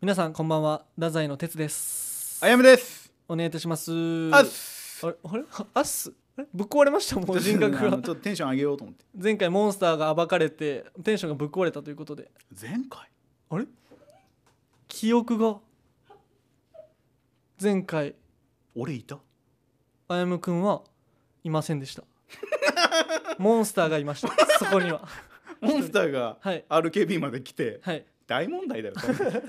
皆さんこんばんは太宰の哲ですあやめですお願いいたしますあっすあれあれあっすあれぶっ壊れま したもう人格あのがちょっとテンション上げようと思って前回モンスターが暴かれてテンションがぶっ壊れたということで前回あれ記憶が前回俺 いたあやむくんはいませんで したモンスターがいましたそこにはモンスターがはい RKB まで来てはい大問題だよ多分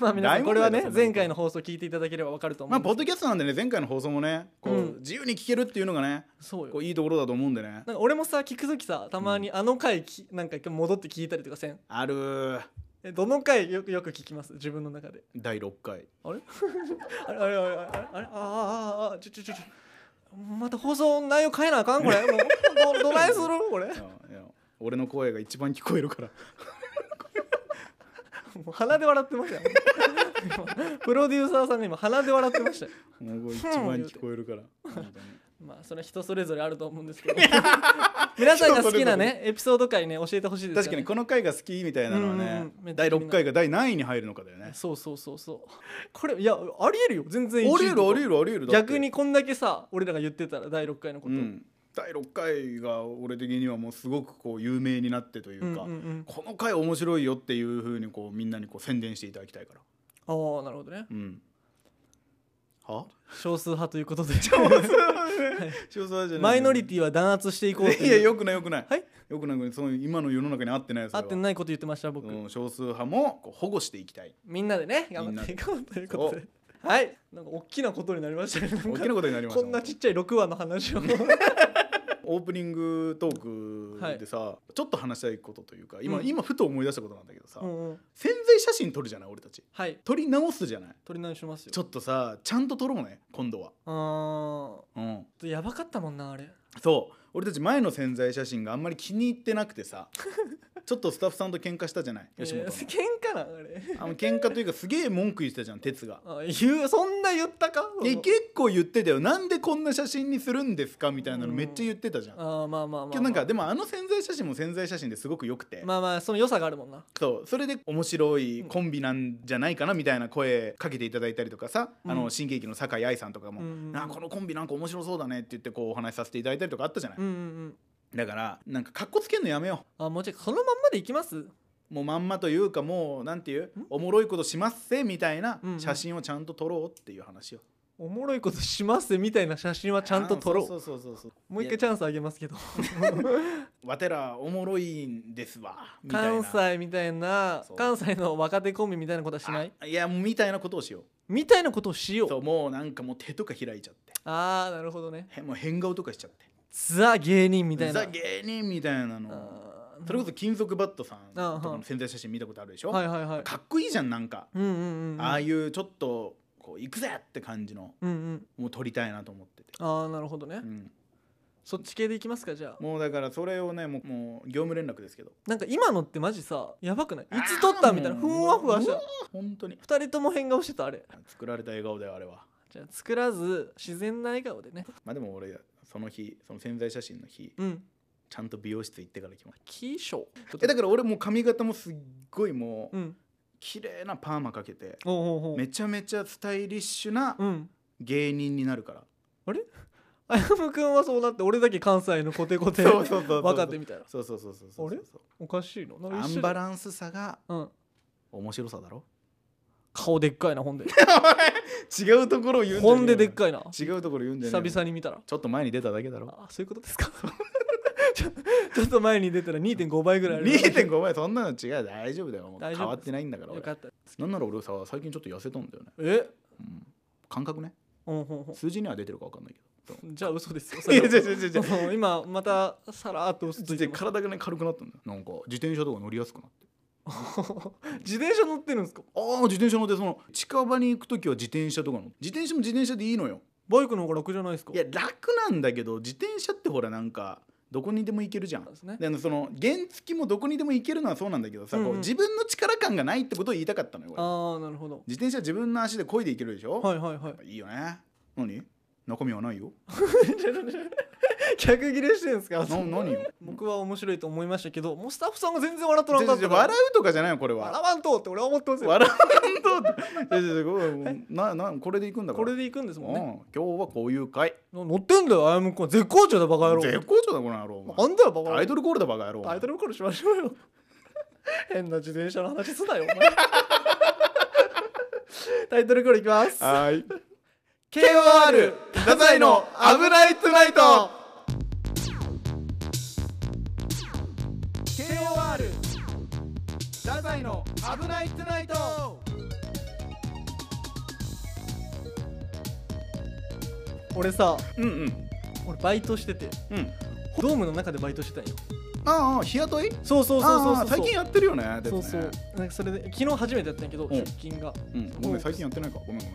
まあ皆さんこれは大ね問題だそんなこと前回の放送聞いていただければわかると思まうあんでポッすドキャストなんでね前回の放送もねこう、うん自由に聞けるっていうのがねそうこよういいところだと思うんでねなんか俺もさ聞くときさたまにあの回きなんか戻って聞いたりとかせんあるーえどの回よくよく聞きます自分の中で第6回あれあれあれあれあれあれああああちょちょちょちょまた放送内容変えなあかんこれもうどどないするこれいやいや俺の声が一番聞こえるからもう鼻で笑ってましたよ 今プロデューサーさんが今鼻で笑ってましたよもう一番聞こえるから本当にまあそれは人それぞれあると思うんですけど 皆さんが好きな人ねエピソード回ね教えてほしいですよね確かにこの回が好きみたいなのはねうんうん第6回が第何位に入るのかだよねそうそうそうそうこれいやありえるよ全あ然り一位得るあり得るあり得るだって逆にこんだけさ俺らが言ってたら第6回のこうと、ん、第6回が俺的にはもうすごくこう有名になってといううんうんか、うん、この回面白いよっていうふうにこうみんなにこう宣伝していただきたいから。ああなるほどねうん、 は少数派ということで塩沢じゃないマイノリティは弾圧していこうといやいうよくないよくない、はいよくないよくないその今の世の中に合ってないそ合れはってないこと言ってました僕、うん、少数派もこう保護していきたいみんなでねみんなで頑張っていこうということではいなんか大きなことになりましたねなん大かきなことになりましこたんなちっちゃい6話の話を オープニングトークでさ、ちょっと話したいことというか今,、うん今ふと思い出したことなんだけどさ、うん、うん、宣材写真撮るじゃない俺たちはい撮り直すじゃない取り直しますよちょっとさちゃんと撮ろうね今度はあーうんちょっとやばかったもんなあれそう俺たち前の宣材写真があんまり気に入ってなく てさちょっとスタッフさんと喧嘩したじゃない吉本えの、ー喧嘩なあれあの喧嘩というかすげえ文句言ってたじゃん哲があ言うそんな言ったかで結構言ってたよなんでこんな写真にするんですかみたいなのめっちゃ言ってたじゃん、あーまあまあまあ、まけどあ、なんかでもあの宣材写真も宣材写真ですごく良くて、まあまあその良さがあるもんなそうそれで面白いコンビなんじゃないかなみたいな声かけていただいたりとかさ、あうのん新喜劇の酒井愛さんとかも、うんうんうんあこのコンビなんか面白そうだねって言ってこうお話しさせていただいたりとかあったじゃない、うんうんうんだからなんかかっこつけんのやめようあもうちょいそのまんまでいきますもうまんまというかもうなんていうんおもろいことしますせみたいなうんうん写真をちゃんと撮ろうっていう話をおもろいことしますねみたいな写真はちゃんと撮ろうあーそうそうそうそうもう一回チャンスあげますけど わてらおもろいんですわみたいな関西みたいなそう関西の若手コンビみたいなことはしないあいやもうみたいなことをしよみたいなことをしよううそうもうなんかもう手とか開いちゃってああなるほどねへもう変顔とかしちゃってザ芸人みたいなザ芸人みたいなのあーそれこそ金属バットさんとあーかの宣材写真見たことあるでしょ、はいはいはいかっこいいじゃんなんか、うんうんうんああいうちょっとこう行くぜって感じのうんうんもう撮りたいなと思ってて、ああなるほどね、うん、そっち系でいきますかじゃあもうだからそれをねもうもう業務連絡ですけどなんか今のってマジさやばくないいつ撮ったみたいなあーふんわふわしうたわ本当に二人とも変顔してたあれ作られた笑顔だよあれはじゃあ作らず自然な笑顔でねまあでも俺その日その潜在写真の日うんちゃんと美容室行ってから来ましたキーショーえだから俺もう髪型もすっごいもううん綺麗なパーマかけておうおうおうめちゃめちゃスタイリッシュなうん芸人になるからあやむくんはそうなって俺だけ関西のコテコテそうそうそうそう若手みたいなそうそうそうそうそうあれおかしいのなんかア一緒ンだバランスさがうん面白さだろ顔でっかいなほんで違うところを言うんじゃねえよほんででっかいな違うところ言うんじゃ久ねえよ々に見たらちょっと前に出ただけだろあそういうことですか ちょちょっと前に出たら2.5倍ぐらいある2.5倍そんなの違う大丈夫だよもう大変丈夫わってないんだからよ俺かったなんなら俺さ最近ちょっと痩せたんだよね、えうん、感覚ねうんほんほん数字には出てるか分かんないけどじゃあ嘘ですよ いや違うそれ違う違う違うはもう今またさらっと嘘ついてます体がね軽くなったんだよなんか自転車とか乗りやすくなって 自転車乗ってるんですかああ自転車乗ってその近場に行く時は自転車とかの自転車も自転車でいいのよバイクの方が楽じゃないですかいや楽なんだけど自転車ってほらなんかどこにでも行けるじゃんそうですねであのその原付もどこにでも行けるのはそうなんだけどさ、うんうんこう自分の力感がないってことを言いたかったのよ俺ああなるほど自転車自分の足で漕いで行けるでしょ、はいはいはいい、いよね何中身はないよ逆ギレしてるんですかな何よ僕は面白いと思いましたけどもうスタッフさんが全然笑っとらんじゃかっじたゃから笑うとかじゃないよこれは笑わんとって俺は思ってますよ笑うとじゃじゃじゃこれもうななこれでいくんだかこられでいくんですもんねうん今日はこういう回な乗ってんだよあやむくん絶好調だバカ野郎絶好調だこの野郎お前なんだよバカ野タイ郎トルコールだバカ野郎おタ前イトルコールしましょうよ 変な自転車の話すなよ お前タイトルコールいきますはーい KOR 太宰の危ないトゥナイト KOR 太宰の危ないトゥナイト俺さうんうん俺バイトしててうんドームの中でバイトしてたんよああ日雇いそうそうそうそうあそあう最近やってるよねでそうもねそうなんかそれで昨日初めてやったんやけどん出勤がうんごめん最近やってないかごめんご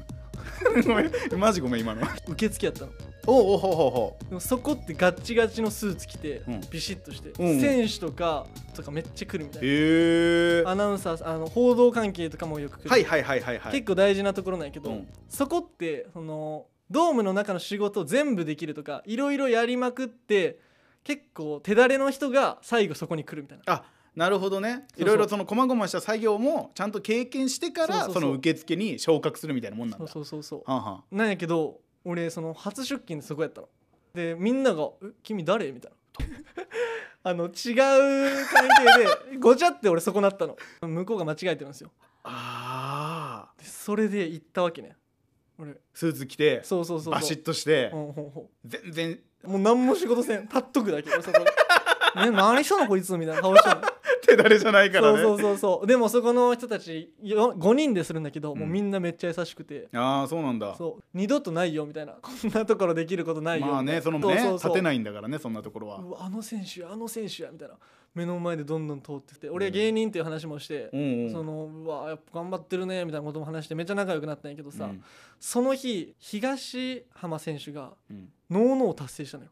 めん ごめんマジごめん今の受付やったのおうおうほうほうほでもそこってガッチガチのスーツ着てうんビシッとしてうん選手とかとかめっちゃ来るみたいなへえアナウンサーあの報道関係とかもよく来る、はいはいはいはいはい結構大事なところなんやけど、うんそこってそのドームの中の仕事を全部できるとかいろいろやりまくって結構手だれの人が最後そこに来るみたいなあなるほどねそういろいろその細々した作業もちゃんと経験してかそうそらうそそうの受付に昇格するみたいなもんなんそうだそうそうそうはんはんなんやけど俺その初出勤でそこやったのでみんなが「え君誰?」みたいなあの違う関係でごちゃって俺そこなったの向こうが間違えてるんですよあーでそれで行ったわけね俺スーツ着てそうそうそうそうバシッとしてうんほんほん全然もう何も仕事せん立っとくだけ俺そこでね、何したのこいつみたいな顔したの、手 だれじゃないかそらうねそうそうそうでもそこの人たちよ5人でするんだけど、もうみんなめっちゃ優しくてああそうなんだそう二度とないよみたいなこんなところできることないよまあねそのそうねそうそう立てないんだからねそんなところはうわあの選手やあの選手やみたいな目の前でどんどん通ってて俺は芸人っていう話もしてう、んうんそのうわやっぱ頑張ってるねみたいなことも話してめっちゃ仲良くなったんやけどさ、うんその日東浜選手がうんノーノーを達成したのよ、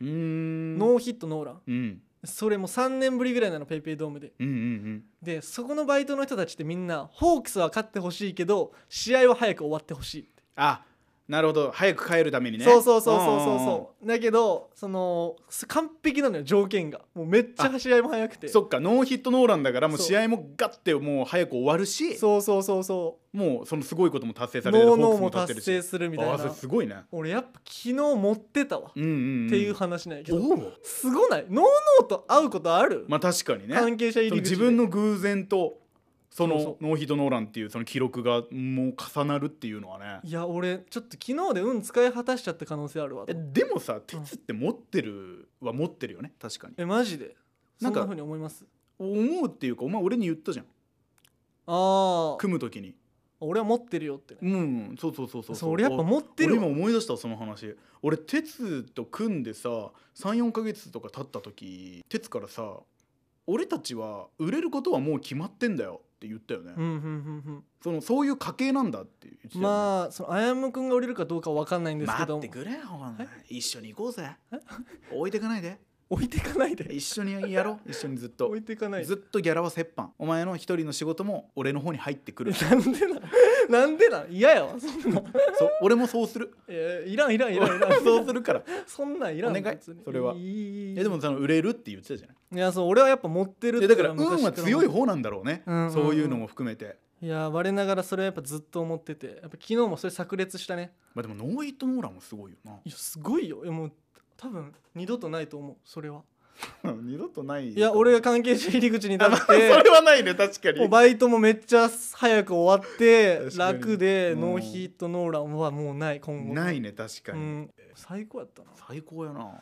うーんノーヒットノーランうんそれも3年ぶりぐらいなのペイペイドームでうんうんうんでそこのバイトの人たちってみんなホークスは勝ってほしいけど試合は早く終わってほしいって、あなるほど早く帰るためにねそうそうそうそうそうんんんそうだけどその完璧なのよ条件がもうめっちゃ試合も早くてそっかノーヒットノーランだからもうそう試合もガッてもう早く終わるしそうそうそうそうもうそのすごいことも達成されてるノーホノークースもも達達成成すするるみたいあーそれなすごいね俺やっぱ昨日持ってたわ、うんうんんっていう話なんやけどおおすごないノーノーと会うことある、まあ確かにね関係者入そりの口自分の偶然とそのそうそうノーヒットノーランっていうその記録がもう重なるっていうのはねいや俺ちょっと昨日で運使い果たしちゃった可能性あるわえでもさ鉄って持ってるは持ってるよね確かにえマジでそなんんかなふうに思います思うっていうかお前俺に言ったじゃんああ組む時に俺は持ってるよってねうんそうそうそうそそうう俺やっぱ持ってる俺今わ思い出したその話俺鉄と組んでさ34ヶ月とか経った時鉄からさ「俺たちは売れることはもう決まってんだよ」って言ったよね、うんうんうんそのそういう家系なんだって言ってたうよんね、まあそのあやむくんが降りるかどうかは分かんないんですけ待どってくれよお前一緒に行こうぜ置いてかないで置いてかないで一緒にやろ う一緒にずっと置いてかないでずっとギャラは折半お前の一人の仕事も俺の方に入ってくるえなんでななんでな嫌やわそんなそう俺もそうするえいら んいらんいらんいらん俺 そうするからそんなんいらんお願い別にそれはいいいいえでもその売れるって言ってたじゃないいやそう俺はやっぱ持ってるってでだから昔運は強い思方なんだろうね、うんうんうんそういうのも含めてういや我ながらそれはやっぱずっと思っててやっぱ昨日もそれ炸裂したねまあでもノーヒットノーランもすごいよないやすごいよいやもう多分二度とないと思うそれは 二度とないいや俺がっ関係者入り口に立まあ、っ それてはないね確かもうにバイトもめっちゃ早く終わって確かに楽でうんノーヒットノーランはもうない今後ないね確かうに、ん最高やったな最高やな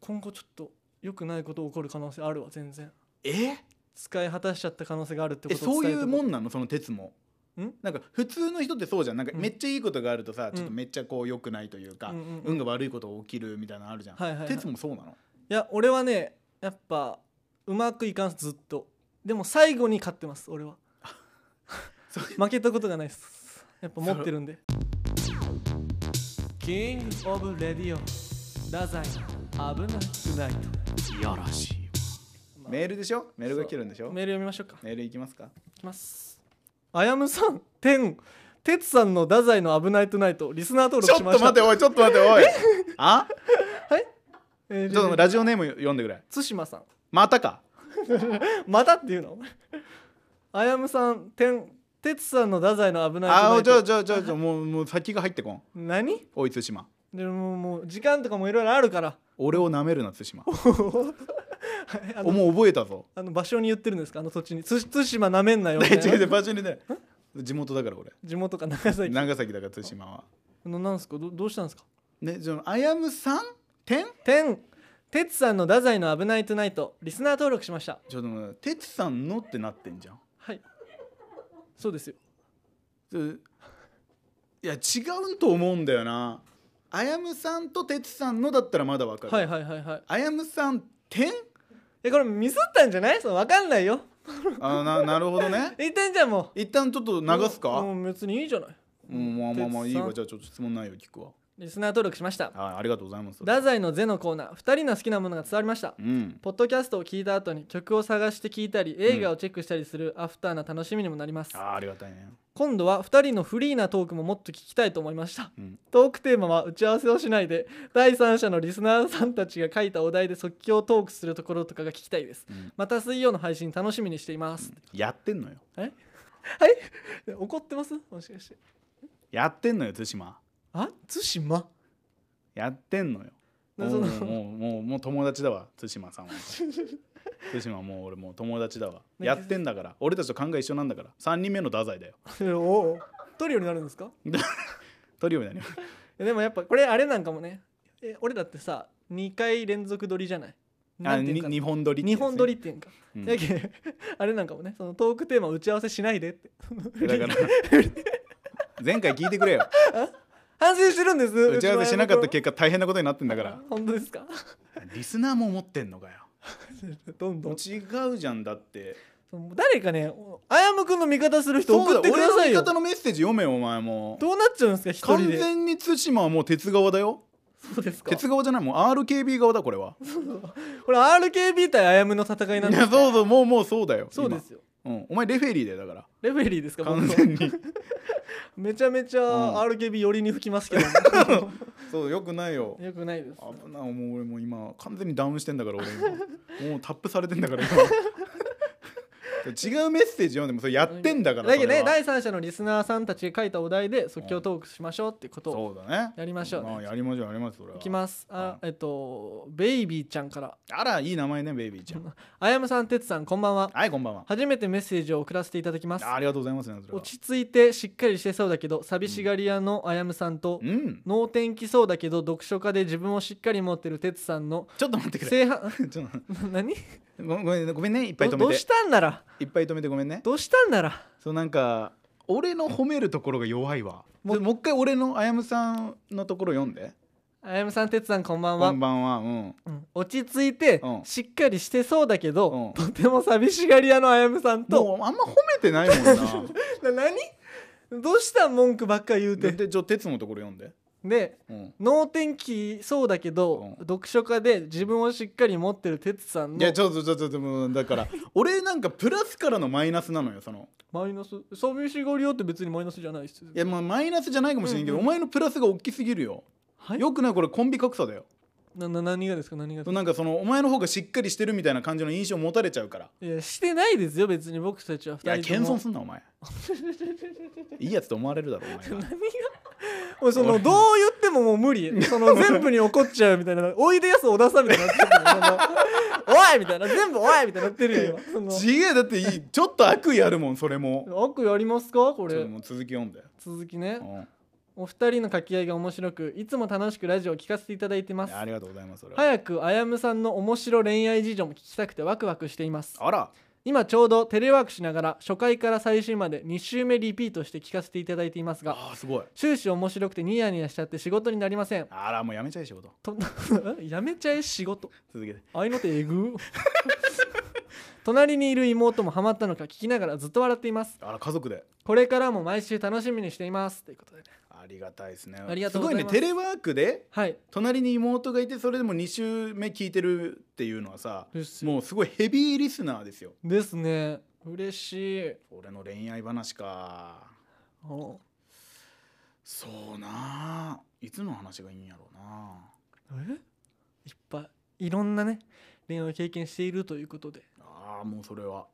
今後ちょっと良くないこと起こる可能性あるわ全然え使い果たしちゃった可能性があるってこえとそういうもんんなのその鉄もんなんか普通の人ってそうじゃんなんかうんめっちゃいいことがあるとさ、んちょっとめっちゃこう良くないというか、うんうんうん運が悪いこと起きるみたいなのあるじゃん、はいはいはい鉄もそうなのいや俺はねやっぱうまくいかんずっとでも最後に勝ってます俺はそう負けたことがないですやっぱ持ってるんでキングオブレディオ太宰の危なくないと、いやらしい、まあメールでしょメールが来るんでしメょーメル読みましょうかールいきますかいきますあやむさん天哲さんの太宰の危ないトゥナイトリスナー登ちょ録っしと ました待っておいちょっと待っておいあはいえーちょっとラジオネーム読んでくれ対馬さんまたかまたっていうの あやむさんてんてつさんの太宰の危ないあトあじゃナあイトじゃあじゃあじゃあもうもう先が入ってこん何おい対馬でももう時間とかもいろいろあるから 俺をなめるな対馬はいあおのもう覚えた ぞあの場所に言ってるんですかあの土地につ対馬なめんなよみたい 違なう違う場所にね地元だから俺地元か長崎長崎だから対馬はのなんすかどどうしたんですかねじゃああやむさん点てんてつさんの太宰の危ないトゥナイトリスナー登録しましたちょっと待って哲さんのってなってんじゃんはいそうですよちょいや違うと思うんだよなあやむさんと哲さんのだったらまだわかる、はいはいはいはいあやむさん点えこれミスったんじゃないその分かんないよあななるほどね言ってんじゃんも一旦ちょっとう流すか、もう別にいいじゃないうん、まあまあまあいいわ哲じゃあちょっと質問内容聞くわリスナー登録しましたはいありがとうございます太宰の「ゼのコーナー2人の好きなものが伝わりましたうんポッドキャストを聞いた後に曲を探して聞いたり映画をチェックしたりするアフターな楽しみにもなります、あーありがたいね今度は2人のフリーなトークももっと聞きたいと思いましたうんトークテーマは打ち合わせをしないで第三者のリスナーさんたちが書いたお題で即興トークするところとかが聞きたいですうんまた水曜の配信楽しみにしています、やってんのよえ怒ってますもしかしてやってんのよ対馬あ対馬やってんのよもなうそのもうもうもう友達だわ対馬さん は対馬もう俺もう友達だわねやってんだから俺たちと考え一緒なんだから3人目の太宰だよ おうトリオになるんですかトリオになりますえでもやっぱこれあれなんかもねえ俺だってさ2回連続撮りじゃないあなんていにうかな日本撮りってや日つね本撮りっていうんか、うんやけ あれなんかもねそのトークテーマ打ち合わせしないでってだから前回聞いてくれよ 反省してるんです打ち合わせしなかったけ結果大変なことになってんだから 本当ですかリスナーも思ってんのかよどんどん違うじゃんだってその誰かねおあやむくんの味方する人そう送だってください俺のよ味方のメッセージ読めよお前もどうなっちゃうんですか一人完で全に対馬はもう鉄側だよそうですか鉄側じゃないもう RKB 側だこれはこれ RKB 対あやむの戦いなんいでやすそうそうもうもうそうだよそうですよ今うんお前レフェリーだよだからレフェリーですか完僕全にめちゃめちゃん RKB 寄りに吹きますけど、 そうよくないよよくないです危ないもう俺もう今完全にダウンしてんだから俺 今もうタップされてんだから今違うメッセージ読んでもそれやってんだからだけそどれねは第三者のリスナーさんたちが書いたお題で即興トークしましょうってことをそうだねやりましょうねあやりましょうやりましょうそれはいきますあえっとベイビーちゃんからあらいい名前ねベイビーちゃんあやむさんてつさんこんばんははいこんばんは初めてメッセージを送らせていただきますあありがとうございますねそれは落ち着いてしっかりしてそうだけど寂しがり屋のあやむさんとうん能天気そうだけど読書家で自分をしっかり持ってるてつさんのちょっと待ってくれ正反 ちょっと何ごめんごめんねごめんねいっぱいど止どめうてしたんならいっぱい止めてごめんねどうしたんならそうなんか俺の褒めるところが弱いわももうもう一回俺のあやむさんのところ読んであやむさんてつさんこんばんはこんばんはうんうん落ち着いてうんしっかりしてそうだけど、うんとても寂しがり屋のあやむさんともうあんま褒めてないも んなな何どうしたん文句ばっか言うてでじゃあ鉄のところ読んででうん能天気そうだけど、うん読書家で自分をしっかり持ってる哲さんいやのちょっとちょっとちょっともうだから俺なんかプラスからのマイナスなのよそのマイナス寂しがり屋って別にマイナスじゃないですいやまあマイナスじゃないかもしれんけど、うんうお前のプラスが大きすぎるよはいよくないこれコンビ格差だよなな何がですか何がですかなんかそのお前の方がしっかりしてるみたいな感じの印象を持たれちゃうからいやしてないですよ別に僕たちはいや2人と謙遜もすんなお 前いいやつと思われるだろお前がもうそのどう言ってももう無理その全部に怒っちゃうみたいな「おいでやす小田さん」みたいになってるそのおい!」みたいな全部「おい!」みたいになってるよ今そ違えだっていいちょっと悪意あるもんそ れもの悪やりますかこちょっれともう続き読んで、続きねうんお二人の掛け合いが面白くいつも楽しくラジオを聞かせていただいてまいすやありがとうございますそれは、早くあやむさんの面白恋愛事情も聞きたくてワクワクしていますあら今ちょうどテレワークしながら初回から最新まで2週目リピートして聞かせていただいていますがあーすごい終始面白くてニヤニヤしちゃって仕事になりませんあらもうやめちゃえ仕事と やめちゃえ仕事続けてあいの手えぐ 隣にいる妹もハマったのか聞きながらずっと笑っていますあら家族でこれからも毎週楽しみにしていますということでねありがたいですねありがとうございますごいねテレワークではい隣に妹がいてそれでも2週目聞いてるっていうのはさですもうすごいヘビーリスナーですよですね嬉しい俺の恋愛話かおそうなあいつの話がいいんやろうなえいっぱいいろんなね恋愛を経験しているということでああもうそれは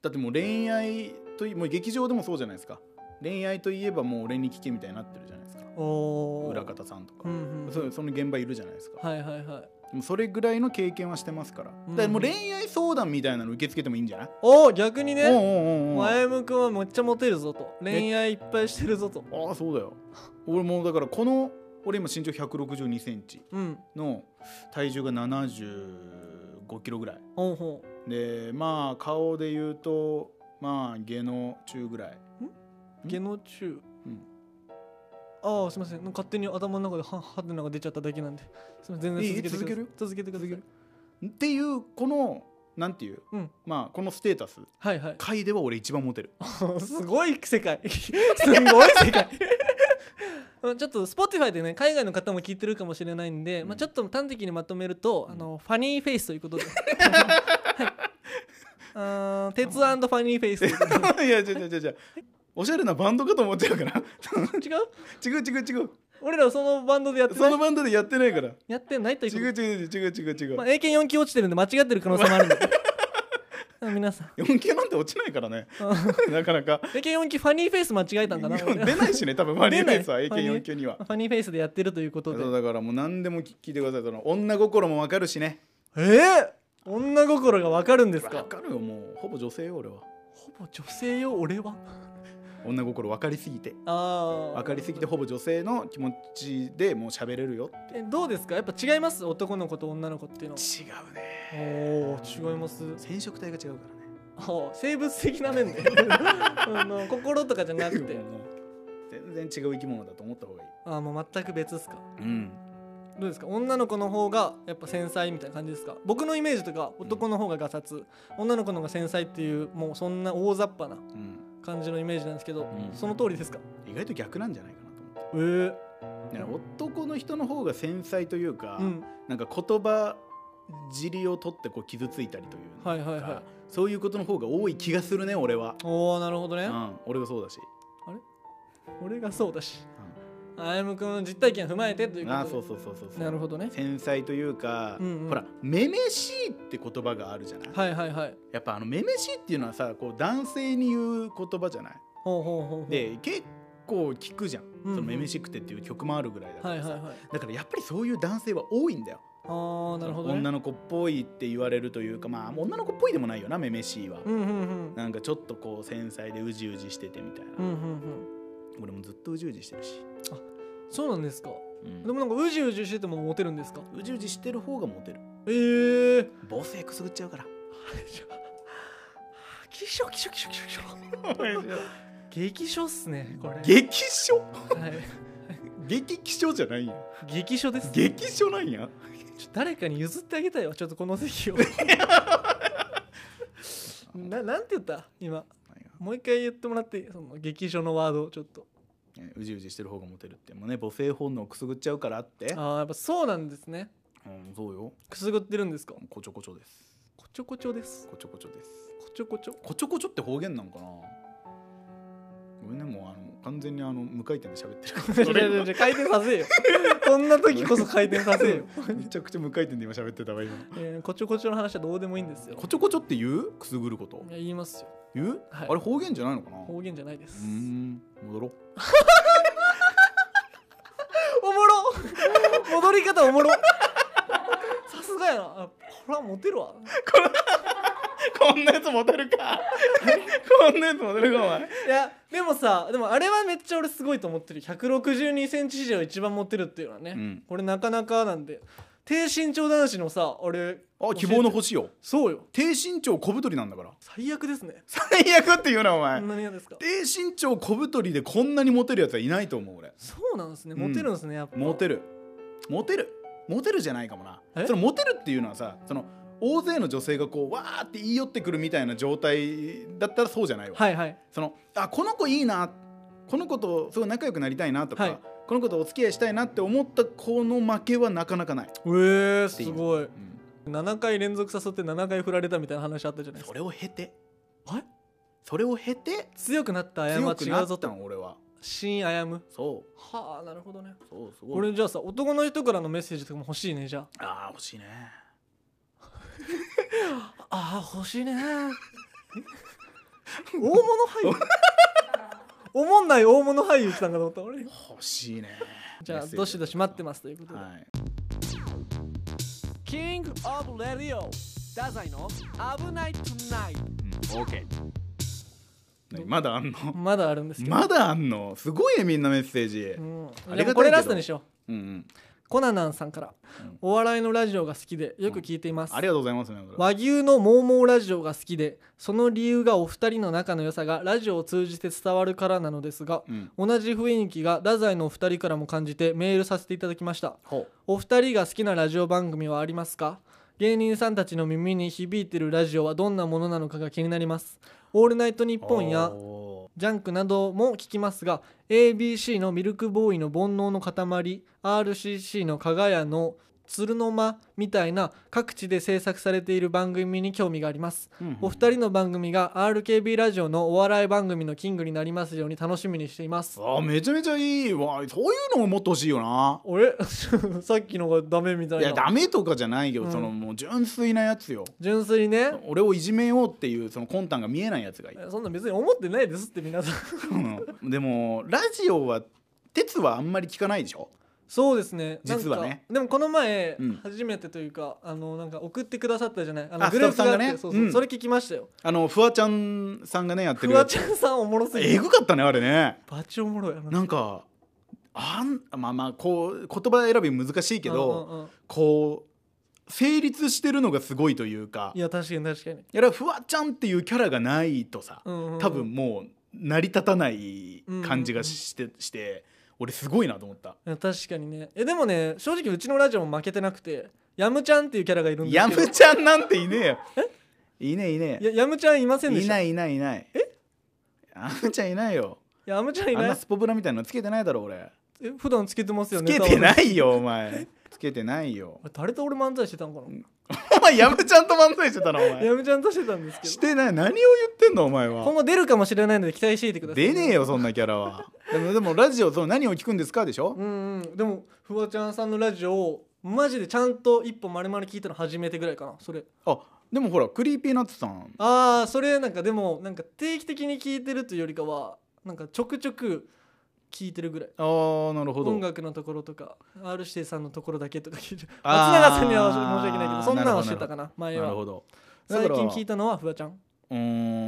だってもう恋愛といもう劇場でもそうじゃないですか恋愛といえばもう俺に聞けみたいになってるじゃないですかおー裏方さんとか、うんうんそうその現場いるじゃないですか、はいはいはいでもそれぐらいの経験はしてますから,、うんだからもう恋愛相談みたいなの受け付けてもいいんじゃない、おー逆におねうおうおうおう前向くんはめっちゃモテるぞと恋愛いっぱいしてるぞとああそうだよ俺もうだからこの俺今身長1 6 2センチうんの体重が7 5キロぐらいほうほでまあ顔で言うとまあ下の中ぐらいううん下の中うんああすいません勝手に頭の中でははてなが出ちゃっただけなんですいません全然いい続けてください続けてください続けるっていうこのなんていう、うんまあこのステータスはいはい回では俺一番モテるすごい世 界すごい世界 うんちょっと Spotify でね海外の方も聞いてるかもしれないんで、うんまあ、ちょっと端的にまとめると、うんあのファニーフェイスという ことで、 はいあー、鉄ファニーフェイスということで いや違う違う違うおしゃれなバンドかと思ってるから 違う違う違う違う俺らそのバンドでやってなそいのバンドでやってな いからやってないという違こうとで、違う違う違う違う、まあ、英検4級落ちてるんで間違ってる可能性もあるんで うん皆さん 4K なんて落ちないからね うんなかなか英検4級ファニーフェイス間違えたんかな俺出ないしね多分マリーフェイスは出ない AK4 級にはファニーフェイスでやってるということでそうだからもう何でも聞聞いてくださいその女心もわかるしねえー、女心がわかるんですわかかるよもうほぼ女性よ俺はほぼ女性よ俺は女心わかりすぎてああわかりすぎてほぼ女性の気持ちでもう喋れるよえどうですかやっぱ違います男の子と女の子っていうの違うねはおお違います染色体が違うからねあー生物的な面で あの心とかじゃなくてもう全然違う生き物だと思った方がいいあーもう全く別ですかうんどうですか女の子の方がやっぱ繊細みたいな感じですか僕のイメージとか男の方がガサツ、女の子の方が繊細っていうもうそんな大雑把なうん感じのイメージなんですけど、んその通りですか意外と逆なんじゃないかなと思えー、ってだから男の人の方が繊細というか、うんなんか言葉尻を取ってこう傷ついたりというのか、はいはいはいそういうことの方が多い気がするね俺は、おおなるほどね、うん、俺がそうだし、俺がそうだしあやむくんの実体験を踏まえてといううこん、とでああそうそうそうそうそうなるほどね繊細というか、うんうんほら「めめしい」って言葉があるじゃない、はいはいはいやっぱあの「めめしい」っていうのはさこう男性に言う言葉じゃないほうほうほうほうで結構聞くじゃん「うんうんそのめめしくて」っていう曲もあるぐらいだかはいらはさ、いはいだからやっぱりそういう男性は多いんだよああなるほど、ね、女の子っぽいって言われるというかまあ女の子っぽいでもないよなめめしいは、うんうんうんなんかちょっとこう繊細でうじうじしててみたいな、うんうんうん俺もずっとうじうじしてるし、そうなんですかうんでもなんかうじうじしててもモテるんですかうじうじしてる方がモテるええー、母性くすぐっちゃうから気象気象気象気象気象激症っすねこれ 激症はい、激気象じゃないんや激症ですちょ激症なんや誰かに譲ってあげたいわちょっとこの席 をななんて言った今もう一回言ってもらっていいその激症のワードをちょっとねうじうじしてる方がモテるってもうね母性本能をくすぐっちゃうからってああやっぱそうなんですねうんそうよくすぐってるんですかこちょこちょですこちょこちょですこちょこちょですこちょこちょこちょこちょって方言なんかなごめんねもうあの完全にあの無回転で喋ってるからいやいやいや回転させ よこんな時こそ回転させよ、めちゃくちゃ無回転で今喋ってたわ今えー、こちょこちょの話はどうでもいいんですよこちょこちょって言うくすぐることいや言いますよ言う、はいあれ方言じゃないのかな方言じゃないでうすーん戻ろうおもろ 戻り方おもろさすがやなあこれはモテるわこんなやつモテる かこんなやつモテるかお前いやでもさでもあれはめっちゃ俺すごいと思ってる1 6 2センチ以上一番モテるっていうのはね、うんこれなかなかなんで低身長男子のさ俺あ希望教えての星よそうよ低身長小太りなんだから最悪ですね最悪って言うなお前、何がですか低身長小太りでこんなにモテるやつはいないと思う俺そうなんですねうんモテるんですね、やっぱモテるモテるモテるじゃないかもなえそのモテるっていうのはさその大勢の女性がこうわーって言い寄ってくるみたいな状態だったらそうじゃないわ、はいはいそのあこの子いいなこの子とすごい仲良くなりたいなとか、はいこの子とお付き合いしたいなって思った子の負けはなかなかない、えー、すごい7回連続誘って7回振られたみたいな話あったじゃないですそかれを経てえそれを経て強くなった過強ちくがなうぞったとの俺は新あやむそはあなるほどねうそうすごい俺じゃあさ男の人からのメッセージとかも欲しいねじゃああ欲しいねあああ欲しいね 大物俳 優おもんない大物俳優来たんかと思った俺欲しいねじゃあどしどし待ってますということで、はいキングオブレディオダザイの危ないトゥナイうんオーケーまだあんのまだあるんですけどまだあんのすごいねみんなメッセージうん、ありがたいけどでもこれラストにしようんうんうコナナンさんから、うんお笑いのラジオが好きでよく聞いています、ありがとうございますねこれ和牛のモーモーラジオが好きでその理由がお二人の仲の良さがラジオを通じて伝わるからなのですがうん同じ雰囲気が太宰のお二人からも感じてメールさせていただきましたほお二人が好きなラジオ番組はありますか芸人さんたちの耳に響いてるラジオはどんなものなのかが気になりますオールナイトニッうポンやおジャンクなども聞きますが ABC のミルクボーイの煩悩の塊 RCC の加賀屋の鶴の間みたいな各地で制作されている番組に興味がありますーうんうんお二人の番組が RKB ラジオのお笑い番組のキングになりますように楽しみにしていますあーめちゃめちゃいいわそういうのももっと欲しいよな俺 さっきのがダメみたいいなやダメとかじゃないよ、うんそのもう純粋なやつよ純粋にね俺をいじめようっていうその魂胆が見えないやつがいいそんな別に思ってないですって皆さんうんでもラジオは鉄はあんまり聞かないでしょそうですねなんか実はねでもこの前、うん初めてというかあのなんか送ってくださったじゃないあのあグループがあっスタッフさんがてねそうそう、うんそれ聞きましたよあのフワちゃんさんがねやってフるワちゃんさんおもろすぎえてぐかったねあれねバチおもろいあのなんかあんまあまあこう言葉選び難しいけど、うんうんうんこう成立してるのがすごいというかいや確かに確かに、いやだからフワちゃんっていうキャラがないとさ、うんうんうん多分もう成り立たない感じがして,、して俺すごいなと思った。いや確かにねえでもね正直うちのラジオも負けてなくてヤムちゃんっていうキャラがいるんですやけどむちゃんなんていねえよ。いねえいねいやヤムちゃんいませえ。んでいしたないいないいない。えやむちゃんいないよ。ヤムちゃんあんいなないスポブラみたいなのつけてないだろ俺。え普段つけてますよつねけていないよお前。つけてないよ。誰と俺漫才してたのかお前やむちゃんと漫才してたなおな前。ヤムちゃんとしてたんですけしどてない何を言ってんのお前は今。後出るかもしれないので期待していてください出ねえよそんなキャラは。でもでもラジオその何を聞くんですかでしょ。うんうんでもフワちゃんさんのラジオをマジでちゃんと一本丸々聞いたの初めてぐらいかなそれあでもほらクリーピーナッツさんああそれなんかでもなんか定期的に聞いてるというよりかはなんかちょくちょく聞いてるぐらいあーなるほど音楽のところとか R 指定さんのところだけとか聞いてる松あー永さんには申し訳ないけどそんなのしてたかなな前るはほどだか最ら近聞いたのはフワちゃんうー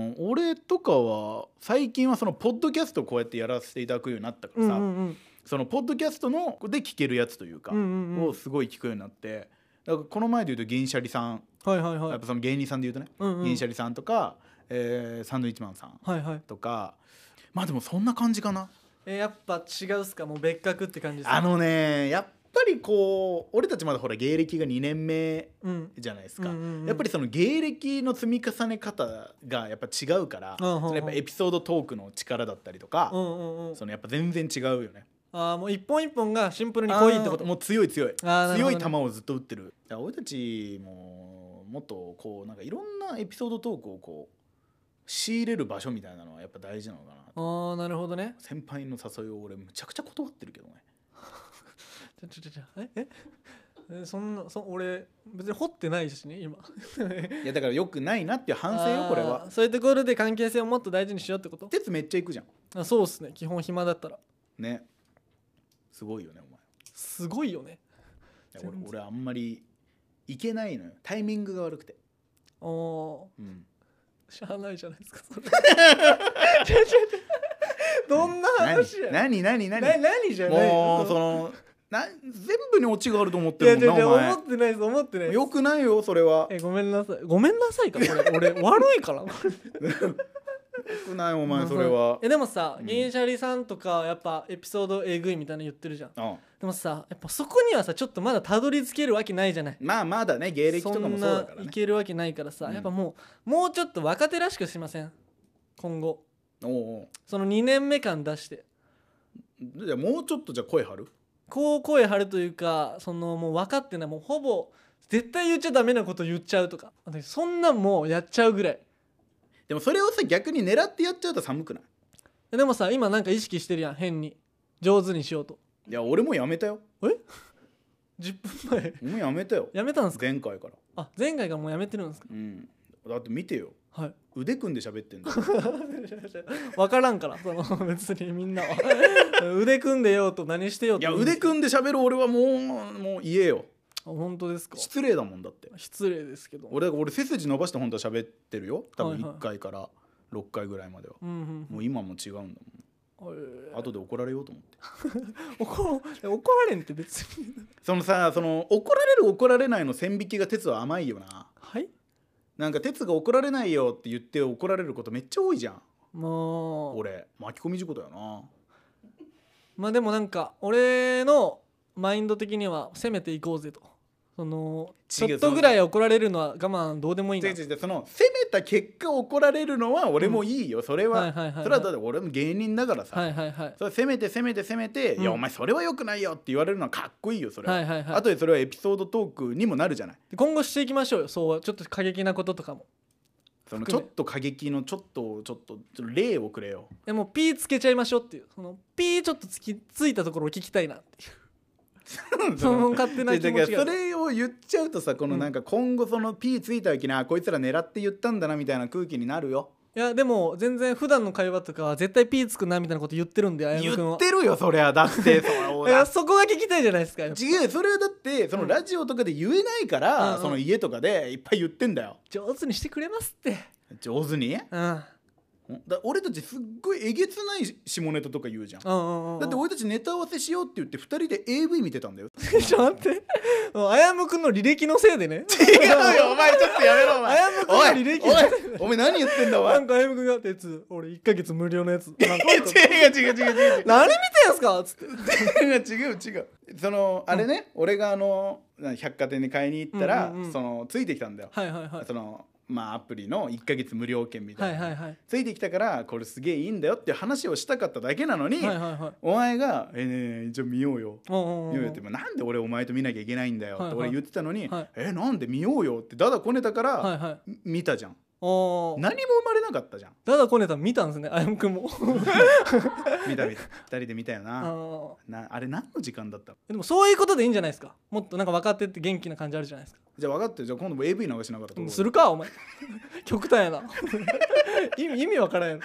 ん俺とかは最近はそのポッドキャストをこうやってやらせていただくようになったかうらんさ、うんうんそのポッドキャストので聞けるやつというか、うんうんうんをすごい聞くようになってだからこの前で言うと銀シャリさん、はいはいはやいっぱその芸人さんで言うとね、うんうん銀シャリさんとか、えーサンドウィッチマンさんはいはいとかまあでもそんな感じかなえーやっぱ違うっすかもう別格って感じですかあのねやっぱりこう俺たちまだほら芸歴が2年目うんじゃないですか、うんうんうんやっぱりその芸歴の積み重ね方がやっぱ違うから、うんうんうんそのやっぱエピソードトークの力だったりとか、うんうんうんそのやっぱ全然違うよね。ああもう一本一本がシンプルに濃いってこともう強い強い、あーなるほ強どいね球をずっと打ってる。だから俺たちももっとこうなんかいろんなエピソードトークをこう仕入れる場所みたいなのはやっぱ大事なのかな。ああなるほどね先輩の誘いを俺むちゃくちゃ断ってるけどね。ちょちょちょちょええ えそんなそ俺別に掘ってないしね今いやだから良くないなっていう反省よこれあはー。そういうところで関係性をもっと大事にしようってこと鉄めっちゃ行くじゃん。あそうっすね基本暇だったらね。すごいよねお前。すごいよねいや全然俺俺あんまり行けないのよタイミングが悪くて、おうん、ーしゃあないじゃないですか それ ちょちょちょどんな話や何何何な何何じゃないもうそののな全部にオチがあると思っいてやるいやもいんやな思ってないです思ってないお前ですよくないよそれはよえごめんなさいごめんなさいかこれ俺悪いからくないおお前それはえでもさうん銀シャリさんとかやっぱエピソードえぐいみたいなの言ってるじゃんうんでもさやっぱそこにはさちょっとまだたどり着けるわけないじゃないまあまだね芸歴とかもそうだからんねないけるわけないからさ、うんやっぱもうもうちょっと若手らしくしません今後おうおその2年目間出してうじゃあもうちょっとじゃあ声張るこう声張るというかそのもう分かってないもうほぼ絶対言っちゃダメなこと言っちゃうとか私そんなんもうやっちゃうぐらいでもそれをさ逆に狙ってやっちゃうと寒くないでもさ今なんか意識してるやん変に上手にしようといや俺もやめたよ10分前俺もやめたよやめたんですか前回からあ前回がもうやめてるんですかうんだって見てよはい腕組んで喋って んだよ分からんからその 別にみんなは 腕組んでようと何してよういとや腕組んで喋る俺はもうもう言えよあ本当ですか失礼だもんだって失礼ですけど俺だから俺背筋伸ばして本当は喋ってるよ多分はいはい1回から6回ぐらいまでは、うんうんもう今も違うんだえもん後で怒られようと思ってー怒ら怒られんって別にそのさその怒られる怒られないの線引きが鉄は甘いよなはいなんか鉄が怒られないよって言って怒られることめっちゃ多いじゃんまあ俺巻き込み事故だよなまあでもなんか俺のマインド的には攻めていこうぜとそのち違ょうっとぐらい怒られるのは我慢どうでもいいな違う違う違うその攻めた結果怒られるのは俺もいいよ、それは,、はいはいはいはいそれはだって俺も芸人だからさ、はいはいはいそれ攻めて攻めて攻めて、うんいやお前それはよくないよって言われるのはかっこいいよそれは、はいはいはいあとでそれはエピソードトークにもなるじゃない今後していきましょうよそうちょっと過激なこととかもそのち含ょめっと過激のちょっとちょっとちょっと例をくれよでもうピーつけちゃいましょうっていうそのピーちょっとつきついたところを聞きたいなっていう その勝手なで気だか持らちがそれを言っちゃうとさこのなんか今後その P ついた時にあこいつら狙って言ったんだなみたいな空気になるよいやでも全然普段の会話とかは絶対ピーつくなみたいなこと言ってるんであや言むくんはってるよそりゃだってそりゃいや そこが聞きたいじゃないですかやっぱ 違うよそれはだってそのラジオとかで言えないから、うんその家とかでいっぱい言ってんだよ上手にしてくれますって上手にうんだ俺たちすっごいえげつない下ネタとか言うじゃんだうんうんうんって俺たちネタ合わせしようって言って2人で AV 見てたんだよ ちょっと待って。もうあやむくんの履歴のせいでね。違うよお前ちょっとやめろ おあやむくんの履歴のせいで。お前何言ってんだおな前んかあやむくんが、鉄、俺1ヶ月無料のやつ。なんか 違う違う違う違う何見てんすかっつって。違う違う違うそのあれね、俺があのな百貨店に買いに行ったら、うんうんうんそのついてきたんだよ、はいはいはい。そのまあアプリの1ヶ月無料券みたはいいな、はいはい。ついてきたからこれすげえいいんだよっていう話をしたかっただけなのに、はいはいはい。お前が「えー、ねえねえじゃあ見ようよ」おうおうおう見ようよって、まあなんで俺お前と見なきゃいけないんだよはっいてはい俺言ってたのに「はいえなんで見ようよ」ってだだこねたから、はいはい。み見たじゃんおー何も生まれなかったじゃんただこねたん見たんですね、あやむくん も。見た 見た二人で見たよあなーなあれ何の時間だったのでもそういうことでいいんじゃないですか。もっとなんか若手って元気な感じあるじゃないですか。じゃあ分かってるじゃあ今度も AV 流しながら撮ろうするか、お前。 極端やな。 意味意味わからんや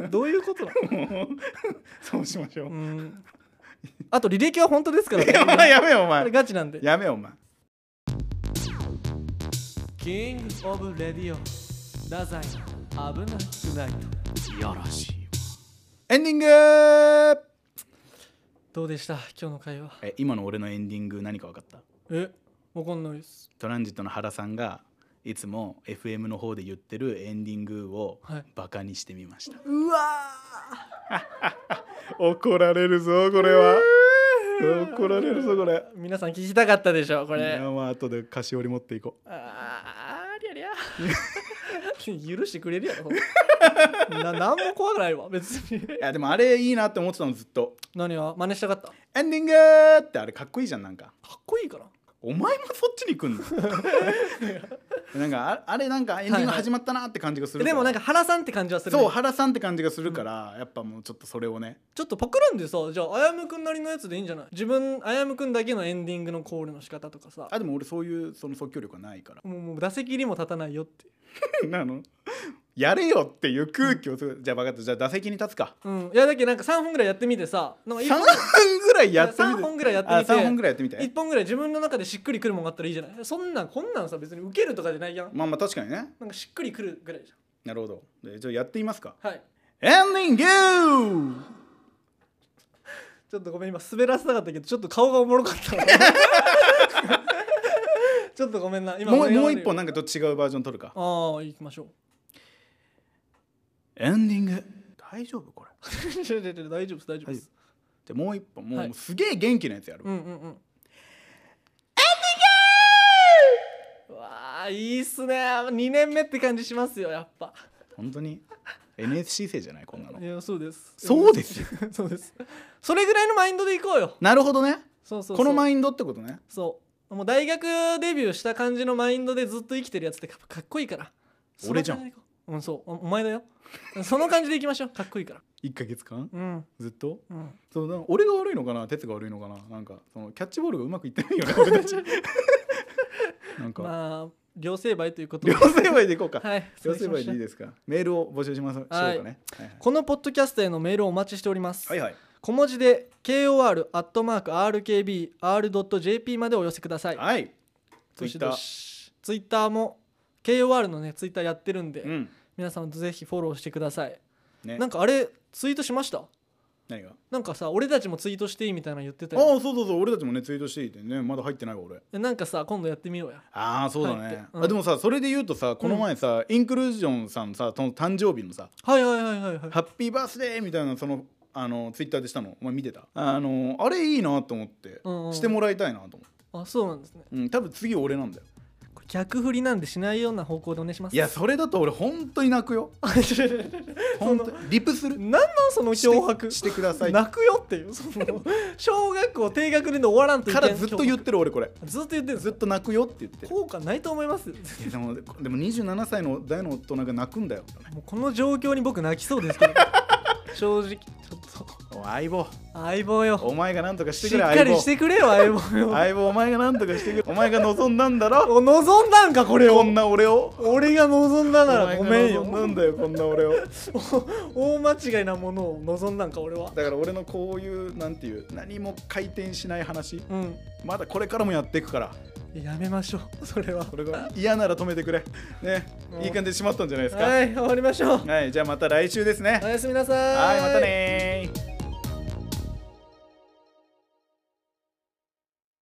な。 どういうことなの そうしましょう、ういん。あと履歴は本当ですからねやお前やめよおあれ前ガチなんで。やめよお前キングオブレディオ太宰危なくないといやらしいエンディングどうでした今日の会話え今の俺のエンディング何か分かったえわかんないですトランジットの原さんがいつも FM の方で言ってるエンディングをはいバカにしてみました、うわ 怒られるぞこれは怒られるぞこれ皆さん聞きたかったでしょここれまあ後で菓子折り持っていこあーりゃりゃ許してくれるやろな何も怖くないわ別にういやでもあれいいなって思ってたのずっと何が真似したかったかエンディングーってあれかっこいいじゃんなんかっこいいからお前もそっちに来んの なんかああれなんかエンディング始まったなって感じがすえるでもなんかか原さんって感じはすらるねそう原さんって感じがするから、やっぱもうちょっとそれをねちょっとパクるんでさじゃああやむくんなりのやつでいいんじゃない自分あやむくんだけのエンディングのコールの仕方とかさあでも俺そういうその即興力はないからもうもう打席にも立たないよってなのやれよっていう空気をする、じゃあ分かったじゃあ打席に立つかうんいやだけどなんか3分ぐらいやってみてさなんか3 1本本ぐらいやってみ3て本ぐらいやってみてあ3本ぐらいやってみて一本ぐらい自分の中でしっくりくるもんがあったらいいじゃないそんなんこんなんさ別に受けるとかじゃないやんまあまあ確かにねなんかしっくりくるぐらいじなるほどでじゃあやってみますかゃんはいエンディングちょっとごめん今滑らせたかったけどちょっと顔がおもろかったわ ちょっとごめんな今もう盛り上もがうる一本なんかちょっと違うバージョン取るかああ行きましょうエンディング大丈夫これ大丈夫です大丈夫です、でもう一本もはういすげえ元気なやつやる、うんうんうんエンディングわあいいっすね2年目って感じしますよやっぱ本当に NSC 生じゃないこん なのいやそうですそうですよ そうですそれぐらいのマインドでいこうよなるほどねそうそうそうこのマインドってことねそうもう大学デビューした感じのマインドでずっと生きてるやつってかかっこいいから俺じゃん その感でいこううんそうおお前だよその感じでいきましょうかっこいいから1か月間うんずっとうんそうだ俺が悪いのかな哲が悪いのかななんかそのキャッチボールがうまくいってないよね俺たちなんか、まあ両成敗ということで両成敗でいこうか、はい両成敗でいいですかメールを募集しますしようかはいね、はいこのポッドキャストへのメールをお待ちしております、はい、はいはい小文字で kor.rkbr.jp までお寄せくださいはいツイッタどーしツイッターも KOR のねツイッターやってるんで、うん皆さんぜひフォローしてくださいねなんかあれツイートしました何があなんかさ俺たちもツイートしていいみたいなの言ってあたよそうそうそう俺たちもねツイートしていてねまだ入ってないわ俺えなんかさ今度やってみようやああそうだ入ってね、うんあでもさそれで言うとさこの前さ、インクルージョンさんさその誕生日のさはいはいはいはいはいハッピーバースデーみたいなそのあのツイッターでしたのお前見てたあのあれいいなと思って、うんうんしてもらいたいなと思って、あそうなんですねうん、多分次俺なんだよこれ逆振りなんでしないような方向でお願いしますいやそれだと俺本当に泣くよ本当にリプす るなんなんその脅迫してしてください泣くよっていうその小学校低学年で終わらんといかけんらずっと言ってる俺これ脅迫ずっと言ってるずっと泣くよって言ってる効果ないと思いますよいやでもでも27歳の大の大人が泣くんだよもうこの状況に僕泣きそうですけど 正直ちょっとおい相棒相棒よお前がなんとかしてしくっれか相り棒してくれよ相棒よ相棒お前がなんとかしてくれお前が望んだんだろお望んだんか これこをんな俺を俺が望んだならごめんよお前が望んだんだよこんな俺をお 大間違いなものを望んだんか俺はだから俺のこういうなんていう何も回転しない話うんまだこれからもやっていくからやめましょうそれはこれが嫌なら止めてくれねうんいい感じでしまったんじゃないですかはい終わりましょうはい、じゃあまた来週ですね。おやすみなさーいはい、またねー